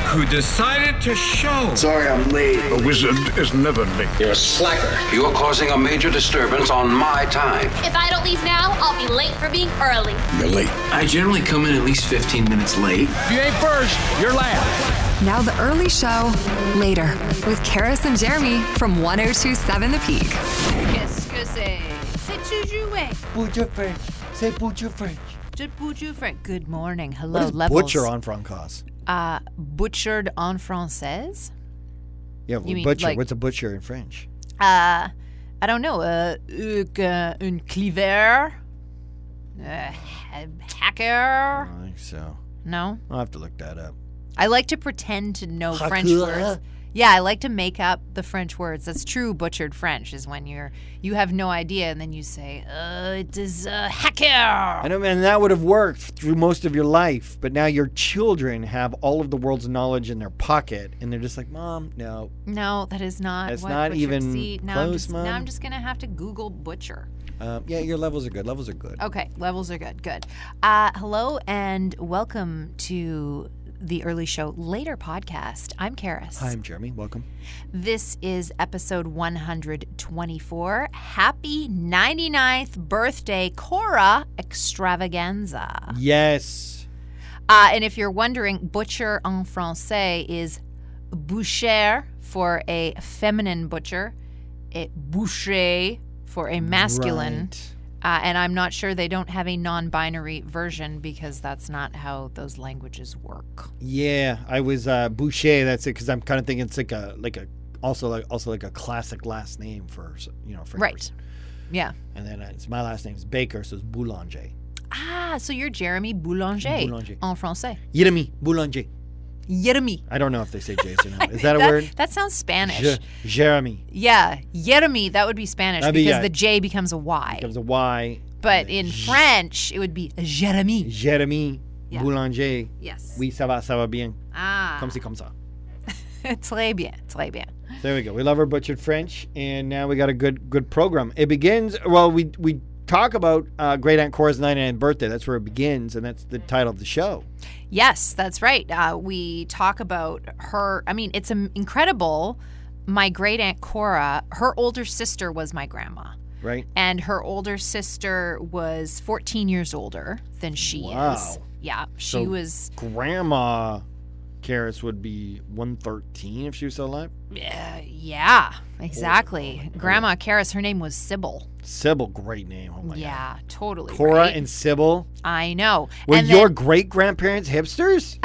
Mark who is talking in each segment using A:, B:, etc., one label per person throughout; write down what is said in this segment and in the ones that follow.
A: who decided to show.
B: Sorry I'm late.
C: A wizard is never late.
D: You're a slacker.
E: You're causing a major disturbance on my time.
F: If I don't leave now, I'll be late for being early.
C: You're late.
G: I generally come in at least 15 minutes late.
H: If you ain't first, you're last.
I: Now the early show later with Karis and Jeremy from 1027 The Peak.
J: Qu'est-ce que c'est? C'est-tu joué?
K: Butcher French. Say butcher French.
J: Je bouge French. Good morning. Hello,
L: What is
J: levels.
L: butcher on francais?
J: Uh, butchered en française?
L: Yeah,
J: You mean,
L: butcher.
J: like-
L: What's a butcher in French?
J: Uh, I don't know. Uh, uk- uh, un cleaver? Uh,
L: I
J: hacker?
L: think so.
J: No?
L: I'll have to look that up.
J: I like to pretend to know
L: Hacker.
J: French words. Yeah, I like to make up the French words. That's true. Butchered French is when you're you have no idea, and then you say, "Uh, it is a hacker."
L: I know, man, that would have worked through most of your life, but now your children have all of the world's knowledge in their pocket, and they're just like, Mom, no.
J: No, that is not.
L: That's
J: what
L: not
J: butchered-
L: even
J: See, now I'm
L: close,
J: just,
L: Mom.
J: Now I'm just gonna have to Google butcher.
L: Um, yeah, your levels are good. Levels are good.
J: Okay, levels are good. Good. Uh, hello and welcome to the Early Show Later podcast. I'm Karis.
L: Hi, I'm Jeremy. Welcome.
J: This is episode 124. Happy 99th birthday, Cora Extravaganza.
L: Yes.
J: Uh, and if you're wondering, butcher en français is boucher for a feminine butcher, a boucher for a masculine.
L: Right.
J: Uh, and I'm not sure they don't have a non binary version because that's not how those languages work.
L: Yeah, I was uh, Boucher. That's it, because I'm kind of thinking it's like a like a also like also like a classic last name for s- you know for
J: Right.
L: person.
J: Yeah.
L: And then uh, it's my last name's Baker, so it's Boulanger.
J: Ah, so you're Jeremy Boulanger,
L: Boulanger.
J: en français.
L: Jeremy Boulanger.
J: Jeremy.
L: I don't know if they say J's or not. Is that a word?
J: That sounds Spanish.
L: Je- Jeremy
J: yeah, Jeremy, that would be Spanish
L: That'd be,
J: because
L: yeah.
J: the J becomes a Y.
L: becomes a Y.
J: but in French, it would be Jeremy.
L: Jeremy
J: Yeah.
L: Boulanger.
J: Yes.
L: Oui, ça va, ça va bien.
J: ah.
L: Comme c'est comme ça.
J: très bien, très bien.
L: There we go. We love our butchered French, and now we got a good good program. It begins. Well, we we talk about uh, Great Aunt Cora's 99th birthday. That's where it begins, and that's the title of the show.
J: Yes, that's right. Uh, we talk about her. I mean, it's um, incredible. My great aunt Cora, her older sister was my grandma,
L: Right?
J: and her older sister was 14 years older than she
L: Wow.
J: is. Yeah,
L: So-
J: she was.
L: Grandma Karis would be 113 if she was still alive.
J: Uh, yeah,
L: Oh,
J: exactly. Grandma Karis, her name was Sybil.
L: Sybil, great name. Oh my God.
J: yeah, totally.
L: Cora
J: right?
L: and Sybil.
J: I know.
L: Were
J: and,
L: your
J: then-
L: great grandparents hipsters?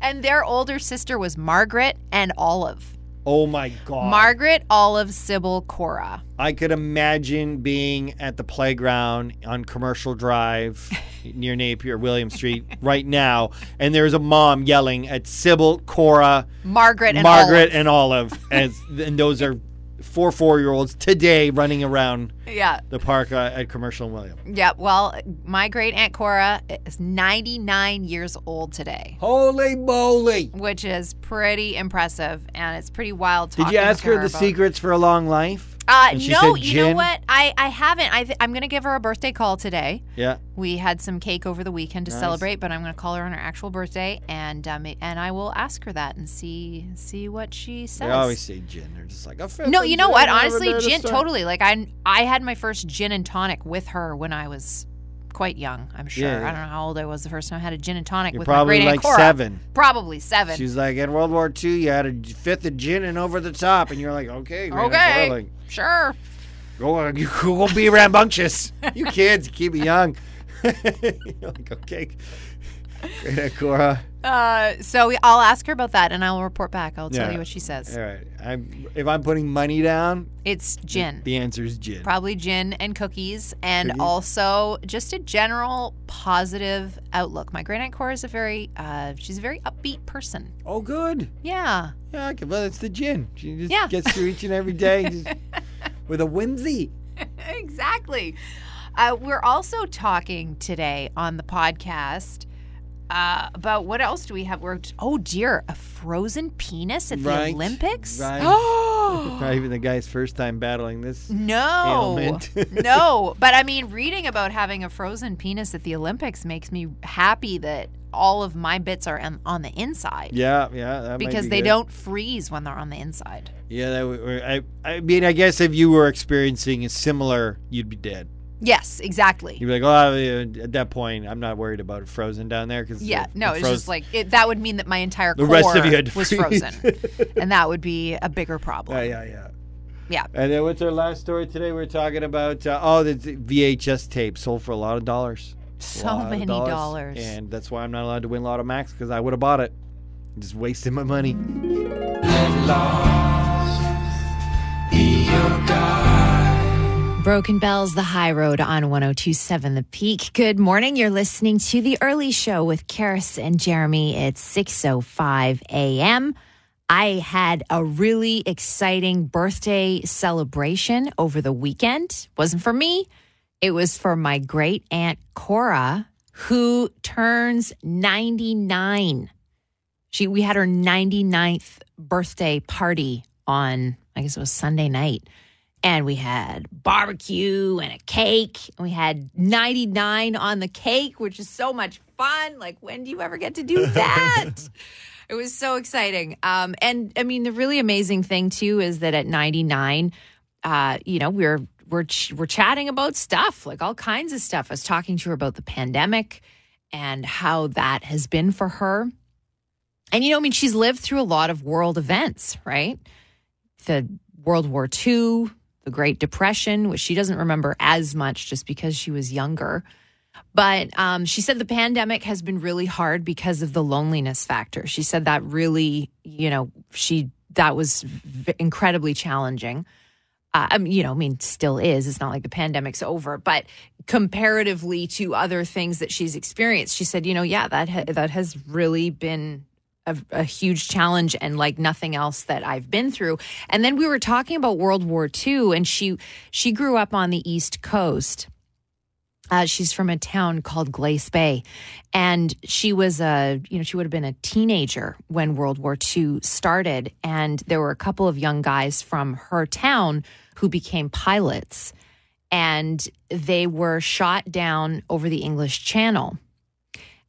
J: and their older sister was Margaret and Olive.
L: oh my God.
J: Margaret, Olive, Sybil, Cora.
L: I could imagine being at the playground on Commercial Drive near Napier, William Street, right now, and there's a mom yelling at Sybil, Cora,
J: Margaret and
L: Margaret,
J: Olive.
L: and Olive, as, and those are four four-year-olds today running around
J: Yeah.
L: the park uh, at Commercial and William.
J: Yeah. Well, my great aunt Cora is 99 years old today,
L: Holy moly!
J: which is pretty impressive, and it's pretty wild.
L: Did
J: talking
L: you ask
J: to
L: her the
J: about-
L: secrets for a long life?
J: Uh,
L: And she
J: no,
L: said
J: you know
L: gin?
J: what? I, I haven't. I th- I'm going to give her a birthday call today.
L: Yeah.
J: We had some cake over the weekend to
L: Nice.
J: celebrate, but I'm going to call her on her actual birthday, and um, and I will ask her that and see see what she says.
L: They always say gin. They're just like, a fifth
J: No,
L: of
J: you know
L: gin,
J: what?
L: I never
J: Honestly,
L: noticed
J: gin
L: that.
J: totally. Like I I had my first gin and tonic with her when I was quite young, I'm sure.
L: Yeah, yeah.
J: I don't know how old I was the first time I had a gin and tonic
L: You're
J: with
L: probably
J: my great
L: like
J: aunt Cora.
L: seven.
J: Probably 7.
L: She's like, in World War II, you had a j- fifth of gin and over the top, and you're like, okay, Grandma Cora,
J: Okay.
L: like,
J: sure.
L: go, on, you go be rambunctious. you kids, keep it young. you're like, okay, great Aunt Cora.
J: Uh, so we- I'll ask her about that and I'll report back. I'll tell
L: Yeah.
J: you what she says.
L: All right, I'm, if I'm putting money down,
J: It's gin.
L: the answer is gin.
J: Probably gin and cookies, and
L: Cookies?
J: also just a general positive outlook. My great aunt Cora is a very, uh, she's a very upbeat person.
L: oh, good.
J: Yeah,
L: Yeah, I can, well, it's the gin. She just
J: Yeah.
L: gets through each and every day just with a whimsy.
J: exactly. Uh, we're also talking today on the podcast uh, about what else do we have? We're, oh dear, a frozen penis at the Olympics.
L: Right. Not even the guy's first time battling this.
M: Mm-hmm. No,
L: Ailment.
M: no. But I mean, reading about having a frozen penis at the Olympics makes me happy that all of my bits are on, on the inside
L: Yeah, yeah. that might
M: because
L: be
M: they
L: good.
M: don't freeze when they're on the inside.
L: Yeah, that would, or- I, I mean, I guess if you were experiencing a similar, you'd be dead.
M: Yes, exactly.
L: You'd be like, oh, yeah, at that point, I'm not worried about it frozen down there because
M: Yeah, no, it's just like it, that would mean that my entire
L: The
M: core
L: rest of you had to
M: was
L: freeze.
M: frozen, and that would be a bigger problem.
L: yeah, yeah, yeah.
M: Yeah.
L: And then what's our last story today? We're talking about uh, oh, the the VHS tape sold for a lot of dollars.
M: So
L: Lot of
M: many dollars.
L: and that's why I'm not allowed to win Lotto Max because I would have bought it. Just wasted my money.
M: Broken Bells, the high road on 1027 The Peak.
J: Good morning. You're listening to The Early Show with Karis and Jeremy. It's 6.05 a.m. I had a really exciting birthday celebration over the weekend. Wasn't for me. It was for my great aunt Cora, who turns 99. She we had her 99th birthday party on I guess it was Sunday night. And we had barbecue and a cake. And we had 99 on the cake, which is so much fun. Like when do you ever get to do that? it was so exciting. Um and I mean the really amazing thing too is that at 99 uh you know we're we're ch- we're chatting about stuff, like all kinds of stuff. I was talking to her about the pandemic and how that has been for her. And you know, I mean, she's lived through a lot of world events, right? The World War II, the Great Depression, which she doesn't remember as much just because she was younger. But um, she said the pandemic has been really hard because of the loneliness factor. She said that really, you know, she that was v- incredibly challenging. Uh, I mean, you know, I mean, still is. It's not like the pandemic's over, but comparatively to other things that she's experienced, she said, you know, yeah, that ha- that has really been a, a huge challenge and like nothing else that I've been through. And then we were talking about World War II, and she she grew up on the East Coast. Uh, she's from a town called Glace Bay, and she was a you know she would have been a teenager when World War II started, and there were a couple of young guys from her town who became pilots, and they were shot down over the English Channel,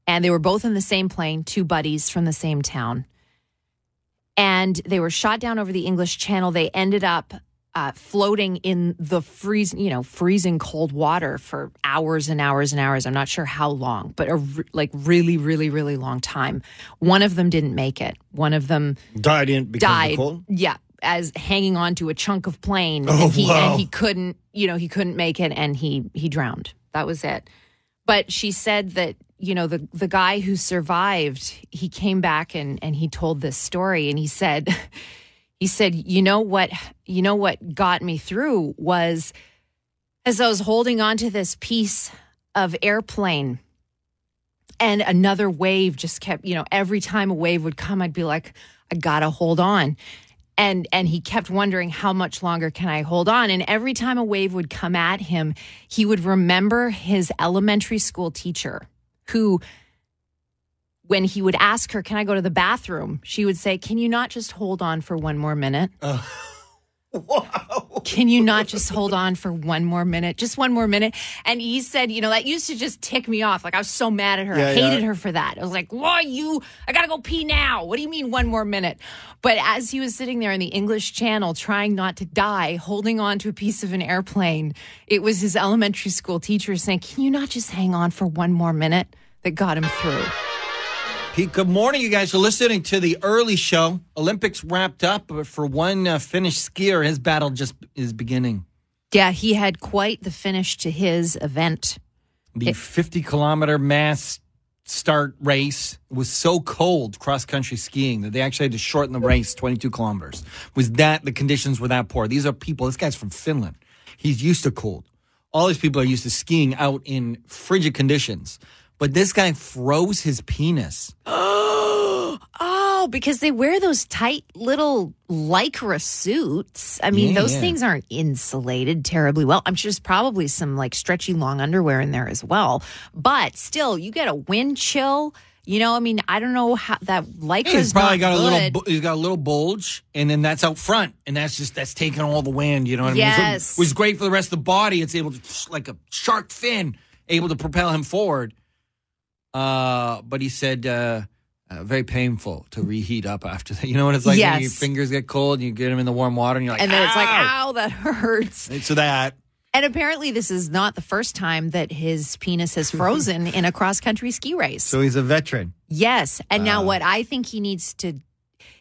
J: and they were both in the same plane, two buddies from the same town, and they were shot down over the English Channel. They ended up uh, floating in the freeze, you know, freezing cold water for hours and hours and hours. I'm not sure how long, but a re- like really, really, really long time. One of them didn't make it. One of them
L: Died in because of the
J: died.
L: cold? Oh,
J: Yeah, as hanging on to a chunk of plane, and, he, and he couldn't, you know, he couldn't make it, and he he drowned. That was it. But she said that you know the the guy who survived, he came back and and he told this story, and he said. He said, "You know what? You know what got me through was as I was holding onto this piece of airplane and another wave just kept you know every time a wave would come i'd be like i gotta hold on and and he kept wondering how much longer can i hold on and every time a wave would come at him he would remember his elementary school teacher who when he would ask her can i go to the bathroom she would say can you not just hold on for one more minute
L: Uh,
J: can you not just hold on for one more minute? Just one more minute. And he said, you know, that used to just tick me off. Like I was so mad at her. I
L: Yeah, yeah.
J: hated her for that. I was like, why you? I gotta go pee now. What do you mean one more minute? But as he was sitting there in the English Channel trying not to die, holding on to a piece of an airplane, it was his elementary school teacher saying, Can you not just hang on for one more minute? That got him through.
H: Pete, good morning, you guys. You're listening to the early show. Olympics wrapped up, but for one uh, Finnish skier, his battle just is beginning.
J: Yeah, he had quite the finish to his event.
H: The 50 kilometer mass start race was so cold cross country skiing that they actually had to shorten the race 22 kilometers. Was that the conditions were that poor? These are people, this guy's from Finland. He's used to cold. All these people are used to skiing out in frigid conditions. But this guy froze his penis.
J: Oh, because they wear those tight little lycra suits. I mean,
H: Yeah,
J: those
H: yeah.
J: things aren't insulated terribly well. I'm sure there's probably some like stretchy long underwear in there as well. But still, you get a wind chill. You know, I mean, I don't know how that lycra's
H: He's probably
J: not
H: got a little.
J: good.
H: bu- He's got a little bulge, and then that's out front, and that's just that's taking all the wind. You know what I mean?
J: Yes.
H: It was great for the rest of the body. It's able to like a shark fin, able to propel him forward. Uh, but he said uh, uh, very painful to reheat up after that. You know what it's like?
J: Yes.
H: When your fingers get cold, and you get them in the warm water, and you're like,
J: and then it's like,
H: "Ow!"
J: ow, that hurts.
H: And So that
J: And apparently, this is not the first time that his penis has frozen in a cross country ski race.
H: so he's a veteran.
J: yes. And now,
L: Ah.
J: what I think he needs to,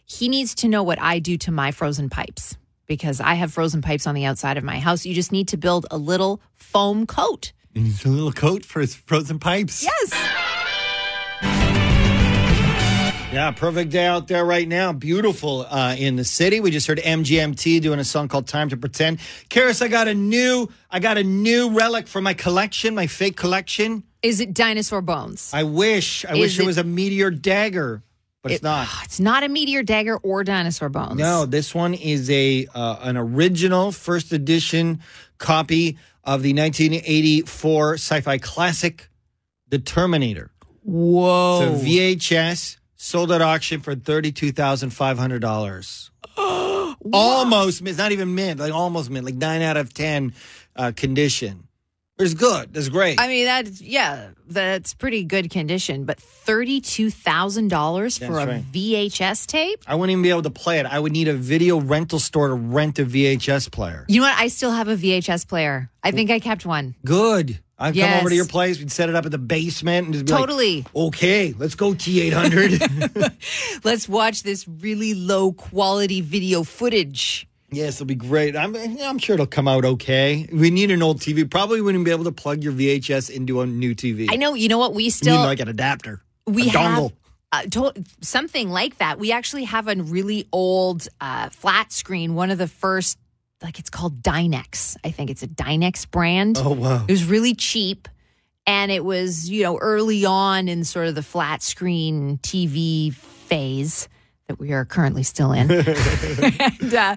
J: he needs to know what I do to my frozen pipes because I have frozen pipes on the outside of my house. You just need to build a little foam coat.
H: And he's a little coat for his frozen pipes.
J: Yes.
L: Yeah, perfect day out there right now. Beautiful uh, in the city. We just heard MGMT doing a song called "Time to Pretend." Karis, I got a new, I got a new relic for my collection, my fake collection.
J: Is it dinosaur bones?
L: I wish, I wish
J: Is
L: it,
J: it-
L: was a meteor dagger, but it's not.
J: It's not a meteor dagger or dinosaur bones.
L: No, this one is a uh, an original first edition copy of the 1984 sci-fi classic, The Terminator.
J: Whoa.
L: It's a VHS sold at auction for thirty-two thousand five hundred dollars. almost, it's not even mint, like almost mint, like nine out of ten uh, condition. It's good. It's great.
J: I mean, that's, yeah, that's pretty good condition, but $32,000 for
L: That's
J: a
L: right.
J: VHS tape?
L: I wouldn't even be able to play it. I would need a video rental store to rent a VHS player.
J: You know what? I still have a VHS player. I think I kept one.
L: Good. I'd come over
J: Yes.
L: to your place. We'd set it up in the basement and just be like,
J: Totally.
L: okay, let's go T eight hundred.
J: Let's watch this really low quality video footage.
L: Yes, it'll be great. I'm, I'm sure it'll come out okay. We need an old TV. Probably wouldn't be able to plug your VHS into a new TV.
J: I know, you know what? We
L: You
J: still
L: need like an adapter.
J: we
L: a dongle.
J: have uh, to- something like that. We actually have a really old uh, flat screen, one of the first, like it's called Dynex. I think it's a Dynex brand.
L: Oh, wow.
J: It was really cheap. And it was, you know, early on in sort of the flat screen TV phase that we are currently still in. and, uh,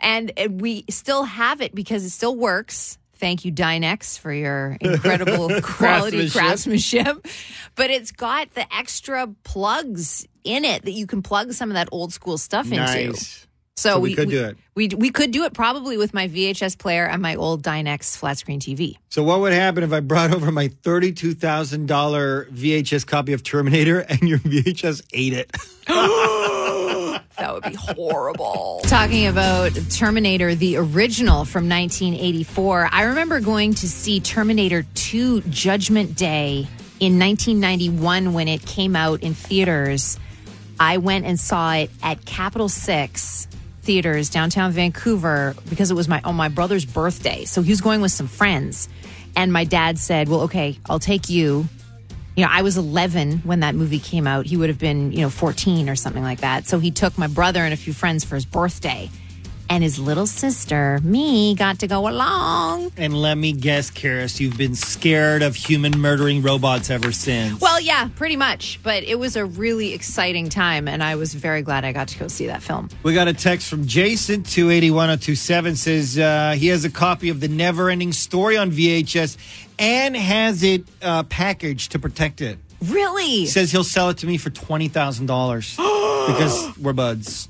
J: and uh, we still have it because it still works. Thank you, Dynex, for your incredible quality craftsmanship. But it's got the extra plugs in it that you can plug some of that old school stuff into. So,
L: So we could do it.
J: We, we could do it probably with my VHS player and my old Dynex flat screen TV.
L: So what would happen if I brought over my thirty-two thousand dollar VHS copy of Terminator and your VHS ate it?
J: That would be horrible. Talking about Terminator, the original from 1984, I remember going to see Terminator 2 Judgment Day in 1991 when it came out in theaters. I went and saw it at Capital Six theaters downtown Vancouver because it was my on my brother's birthday. So he was going with some friends, and my dad said, "Well, okay, I'll take you." you know, I was 11 when that movie came out. He would have been, you know, 14 or something like that. So he took my brother and a few friends for his birthday. And his little sister, me, got to go along.
L: And let me guess, Karis, you've been scared of human murdering robots ever since.
J: Well, yeah, pretty much. But it was a really exciting time. And I was very glad I got to go see that film.
L: We got a text from Jason, 281027, says uh, he has a copy of The Never Ending Story on VHS and has it uh, packaged to protect it.
J: Really?
L: He says he'll sell it to me for $20,000 because we're buds.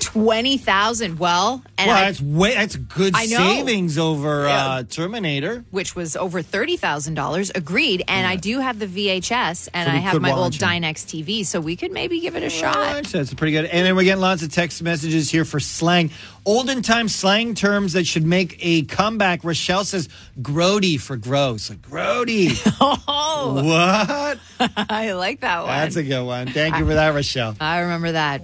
J: 20,000. Well, and
L: Well,
J: I-
L: that's, way, that's good
J: I know.
L: savings over uh, Terminator.
J: which was over $30,000. Agreed. And I do have the VHS and
L: So
J: I
L: we
J: have
L: could
J: my old
L: watch it.
J: Dynex TV. So we could maybe give it a shot.
L: Alright, so that's pretty good. And then we're getting lots of text messages here for slang. Olden time slang terms that should make a comeback. Rochelle says grody for gross. Like, grody.
J: Oh,
L: what?
J: I like that one.
L: That's a good one. Thank you for that, Rochelle.
J: I remember that.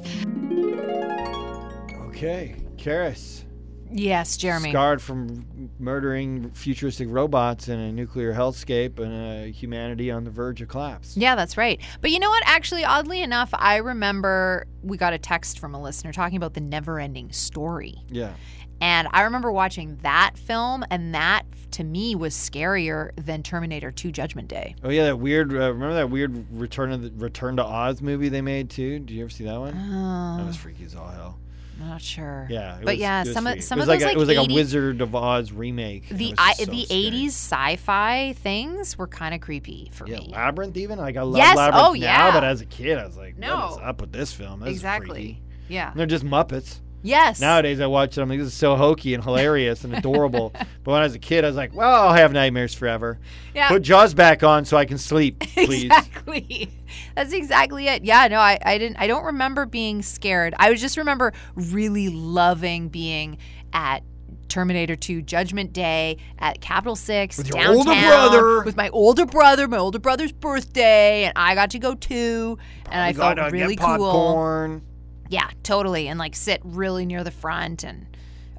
L: Okay, Karis,
M: Yes, Jeremy.
L: scarred from murdering futuristic robots in a nuclear hellscape and uh, humanity on the verge of collapse.
M: Yeah, that's right. But you know what? Actually, oddly enough, I remember we got a text from a listener talking about the never ending story.
L: Yeah.
M: And I remember watching that film, and that to me was scarier than Terminator 2 Judgment Day.
L: Oh yeah, that weird. Uh, remember that weird Return of the Return to Oz movie they made too? Did you ever see that one? that was freaky as all hell.
J: I'm not sure.
L: Uh, Yeah, it
J: Oh. but
L: was-
J: yeah,
L: it was
J: some
L: sweet.
J: of some
L: it
J: of
L: was like
J: those
L: a, it was like
J: 80
L: a Wizard of Oz remake. It
J: The
L: was
J: I,
L: so
J: the
L: scary.
J: '80s sci-fi things were kind of creepy for
L: Yeah,
J: me.
L: Labyrinth even. Like I love
J: Yes,
L: Labyrinth
J: oh,
L: now,
J: yeah.
L: but as a kid, I was like,
J: No.
L: what is up with this film? This is
J: exactly.
L: freaky.
J: Yeah.
L: And they're just Muppets.
J: Yes.
L: Nowadays, I watch it. I'm like, this is so hokey and hilarious and adorable. but when I was a kid, I was like, well, I'll have nightmares forever.
J: Yeah.
L: Put Jaws back on so I can sleep, please.
J: Exactly. That's exactly it. Yeah, no, I, I didn't I don't remember being scared. I just remember really loving being at Terminator 2 Judgment Day at Capital 6 with
L: your
J: downtown
L: older brother.
J: with my older brother, my older brother's birthday and I got to go too and I
L: We gotta
J: felt really
L: get
J: cool.
L: popcorn.
J: Yeah, totally and like sit really near the front and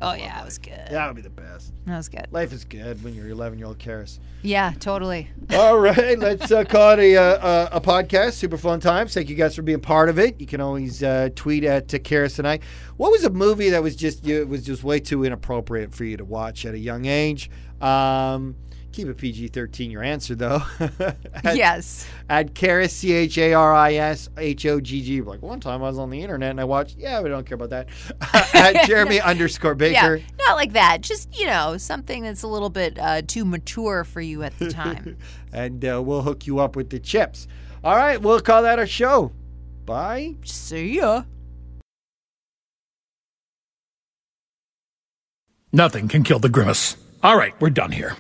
J: Oh yeah, it was good.
L: That would be the best.
J: That was good.
L: Life is good when you're 11 year old Karis.
J: Yeah, totally.
L: All right, let's uh, call it a, uh, a, a podcast. Super fun times. Thank you guys for being part of it. You can always uh, tweet at uh, Karis and I. What was a movie that was just you, it was just way too inappropriate for you to watch at a young age? Um, keep it PG thirteen. Your answer though. At-
J: yes.
L: At Karis C H A R I S H O G G. Like one time I was on the internet and I watched. Yeah, but I don't care about that. at Jeremy underscore Baker.
J: Yeah, not like that. Just you know, something that's a little bit uh, too mature for you at the time.
L: and uh, we'll hook you up with the chips. All right, we'll call that our show. Bye.
J: See ya.
A: Nothing can kill the grimace. All right, we're done here.